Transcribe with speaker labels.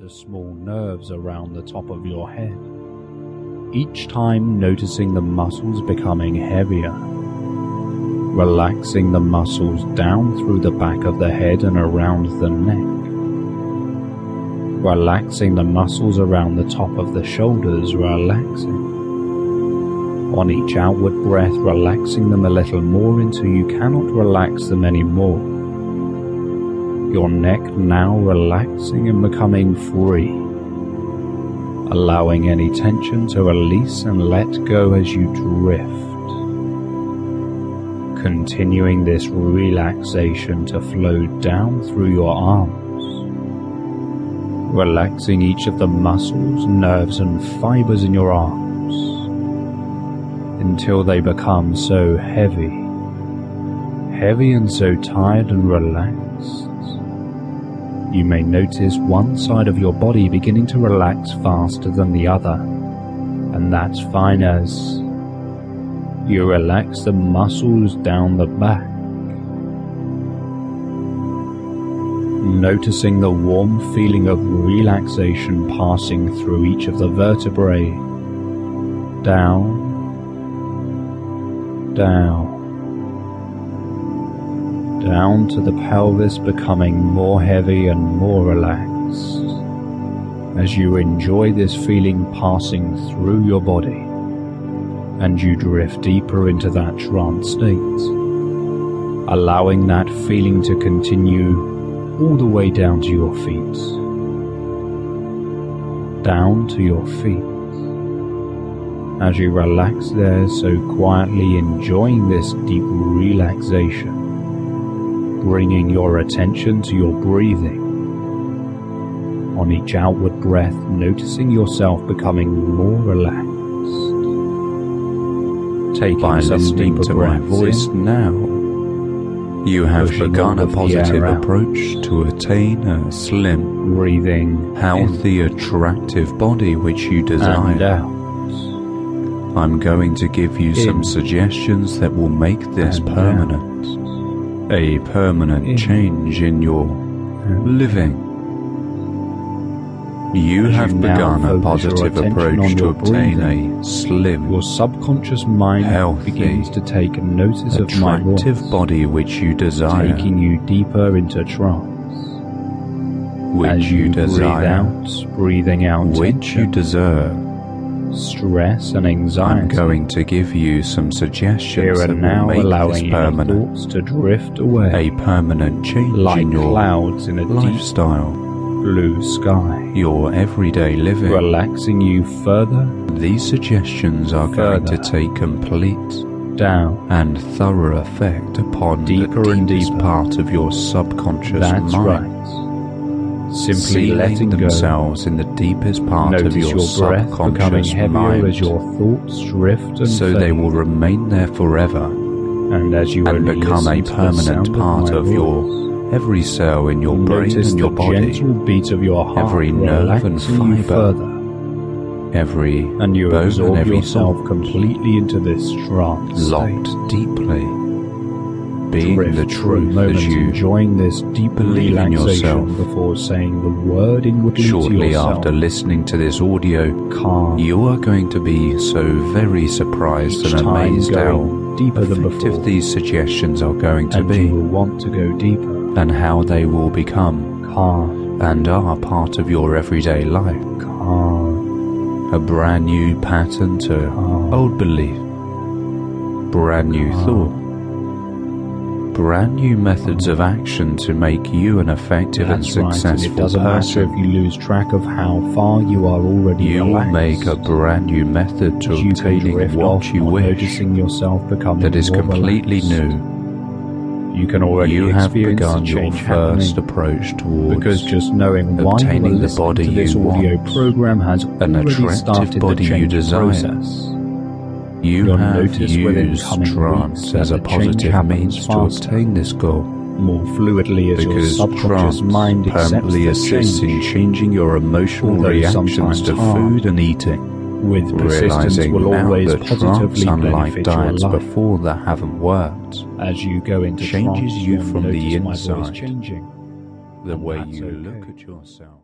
Speaker 1: the small nerves around the top of your head. Each time noticing the muscles becoming heavier, relaxing the muscles down through the back of the head and around the neck, relaxing the muscles around the top of the shoulders, relaxing. On each outward breath, relaxing them a little more until you cannot relax them anymore your neck now relaxing and becoming free, allowing any tension to release and let go as you drift. Continuing this relaxation to flow down through your arms, relaxing each of the muscles, nerves, and fibers in your arms until they become so heavy heavy and so tired and relaxed. You may notice one side of your body beginning to relax faster than the other, and that's fine as you relax the muscles down the back. Noticing the warm feeling of relaxation passing through each of the vertebrae. Down, down down to the pelvis becoming more heavy and more relaxed as you enjoy this feeling passing through your body and you drift deeper into that trance state, allowing that feeling to continue all the way down to your feet. Down to your feet. As you relax there so quietly, enjoying this deep relaxation bringing your attention to your breathing. On each outward breath, noticing yourself becoming more relaxed. Taking
Speaker 2: By
Speaker 1: some
Speaker 2: listening
Speaker 1: deeper
Speaker 2: to my
Speaker 1: breaths
Speaker 2: voice
Speaker 1: in now,
Speaker 2: You have
Speaker 1: Pushing
Speaker 2: begun
Speaker 1: all
Speaker 2: a
Speaker 1: of the air
Speaker 2: positive
Speaker 1: out.
Speaker 2: approach to attain a slim,
Speaker 1: breathing
Speaker 2: healthy, attractive body which you
Speaker 1: in and
Speaker 2: desire.
Speaker 1: out.
Speaker 2: I'm going to give you some
Speaker 1: In.
Speaker 2: suggestions that will make this
Speaker 1: And out.
Speaker 2: permanent. A permanent
Speaker 1: In.
Speaker 2: change in your
Speaker 1: And
Speaker 2: living. You
Speaker 1: As you
Speaker 2: have
Speaker 1: now
Speaker 2: begun a
Speaker 1: focus your
Speaker 2: positive
Speaker 1: attention on
Speaker 2: approach to
Speaker 1: your
Speaker 2: obtain
Speaker 1: breathing,
Speaker 2: a slim,
Speaker 1: Your subconscious mind
Speaker 2: Healthy,
Speaker 1: begins to take notice of my
Speaker 2: attractive
Speaker 1: voice,
Speaker 2: body which you desire,
Speaker 1: taking you deeper into trance.
Speaker 2: which
Speaker 1: As
Speaker 2: you desire,
Speaker 1: breathe out, breathing out
Speaker 2: which you
Speaker 1: tension,
Speaker 2: deserve.
Speaker 1: stress and anxiety.
Speaker 2: I'm going to give you some suggestions
Speaker 1: Here
Speaker 2: that
Speaker 1: and
Speaker 2: will
Speaker 1: now,
Speaker 2: make this
Speaker 1: allowing your
Speaker 2: permanent,
Speaker 1: thoughts to drift away
Speaker 2: a permanent change
Speaker 1: like
Speaker 2: in your
Speaker 1: clouds in a deep
Speaker 2: lifestyle,
Speaker 1: blue sky,
Speaker 2: your everyday living.
Speaker 1: relaxing you further
Speaker 2: These suggestions are going to
Speaker 1: Further.
Speaker 2: take complete
Speaker 1: down.
Speaker 2: and thorough effect upon
Speaker 1: Deeper
Speaker 2: the
Speaker 1: and
Speaker 2: deepest
Speaker 1: deeper.
Speaker 2: part of your subconscious
Speaker 1: That's
Speaker 2: mind.
Speaker 1: right. Simply
Speaker 2: Sealing
Speaker 1: letting go.
Speaker 2: themselves in the deepest part
Speaker 1: Notice
Speaker 2: of your,
Speaker 1: your breath becoming
Speaker 2: subconscious
Speaker 1: heavier
Speaker 2: mind,
Speaker 1: as your thoughts drift and
Speaker 2: so
Speaker 1: fade.
Speaker 2: they will remain there forever.
Speaker 1: and as you
Speaker 2: and
Speaker 1: only
Speaker 2: become
Speaker 1: listen
Speaker 2: a
Speaker 1: to the
Speaker 2: permanent
Speaker 1: sound
Speaker 2: part
Speaker 1: my
Speaker 2: of
Speaker 1: voice,
Speaker 2: your every cell in your brain
Speaker 1: notice
Speaker 2: and your
Speaker 1: the
Speaker 2: body,
Speaker 1: gentle beat of your heart,
Speaker 2: every nerve and
Speaker 1: relaxing you
Speaker 2: fiber.
Speaker 1: further.
Speaker 2: every
Speaker 1: and you
Speaker 2: bone and
Speaker 1: absorb
Speaker 2: every
Speaker 1: yourself
Speaker 2: thought,
Speaker 1: completely into this trance
Speaker 2: locked
Speaker 1: state.
Speaker 2: deeply, being
Speaker 1: Drift
Speaker 2: the
Speaker 1: for a
Speaker 2: truth
Speaker 1: moment,
Speaker 2: as you
Speaker 1: enjoying this deep
Speaker 2: believe in
Speaker 1: relaxation
Speaker 2: yourself.
Speaker 1: before saying the word inwardly to
Speaker 2: shortly
Speaker 1: yourself.
Speaker 2: after listening to this audio,
Speaker 1: calm,
Speaker 2: you are going to be so very surprised
Speaker 1: each
Speaker 2: and
Speaker 1: time
Speaker 2: amazed how
Speaker 1: going deeper than before,
Speaker 2: effective these suggestions are going to
Speaker 1: and you
Speaker 2: be,
Speaker 1: will want to go deeper.
Speaker 2: and how they will become
Speaker 1: Calm,
Speaker 2: and are part of your everyday life.
Speaker 1: calm,
Speaker 2: A brand new pattern to
Speaker 1: calm.
Speaker 2: Old belief. Brand new
Speaker 1: Ah.
Speaker 2: thought. Brand new methods of action to make you an effective
Speaker 1: That's
Speaker 2: and
Speaker 1: right, and it
Speaker 2: successful
Speaker 1: doesn't matter if
Speaker 2: person.
Speaker 1: you lose track of how far you are already
Speaker 2: You will
Speaker 1: relaxed.
Speaker 2: make a brand new method to
Speaker 1: you can
Speaker 2: obtaining
Speaker 1: drift
Speaker 2: what
Speaker 1: off
Speaker 2: you
Speaker 1: on
Speaker 2: wish
Speaker 1: noticing yourself becoming
Speaker 2: that is
Speaker 1: more
Speaker 2: completely
Speaker 1: relaxed.
Speaker 2: new.
Speaker 1: You can already
Speaker 2: You have
Speaker 1: experience
Speaker 2: begun
Speaker 1: the
Speaker 2: your
Speaker 1: change
Speaker 2: first
Speaker 1: happening
Speaker 2: approach
Speaker 1: because
Speaker 2: towards
Speaker 1: just knowing why you are
Speaker 2: obtaining the
Speaker 1: listening
Speaker 2: body
Speaker 1: to this
Speaker 2: you
Speaker 1: audio
Speaker 2: want,
Speaker 1: program has already
Speaker 2: attractive
Speaker 1: started
Speaker 2: body
Speaker 1: the
Speaker 2: you
Speaker 1: change
Speaker 2: desire.
Speaker 1: process.
Speaker 2: you
Speaker 1: you'll
Speaker 2: have
Speaker 1: notice within
Speaker 2: used
Speaker 1: coming
Speaker 2: trance
Speaker 1: weeks
Speaker 2: as
Speaker 1: that
Speaker 2: a
Speaker 1: the change
Speaker 2: positive
Speaker 1: happens
Speaker 2: means to
Speaker 1: faster.
Speaker 2: obtain this goal.
Speaker 1: More fluidly as your
Speaker 2: because
Speaker 1: subconscious
Speaker 2: trance
Speaker 1: mind accepts
Speaker 2: permanently
Speaker 1: the
Speaker 2: assists
Speaker 1: change
Speaker 2: in changing your emotional
Speaker 1: Although
Speaker 2: reactions
Speaker 1: sometimes
Speaker 2: to
Speaker 1: hard.
Speaker 2: food and eating.
Speaker 1: with persistence
Speaker 2: Realizing
Speaker 1: will
Speaker 2: now
Speaker 1: always
Speaker 2: that trance,
Speaker 1: positively
Speaker 2: unlike
Speaker 1: benefit your
Speaker 2: diets
Speaker 1: life.
Speaker 2: before that haven't worked,
Speaker 1: As you go into
Speaker 2: changes
Speaker 1: trance,
Speaker 2: you
Speaker 1: you'll
Speaker 2: from the
Speaker 1: notice my voice
Speaker 2: inside.
Speaker 1: changing.
Speaker 2: the way
Speaker 1: That's
Speaker 2: you
Speaker 1: okay.
Speaker 2: look at yourself.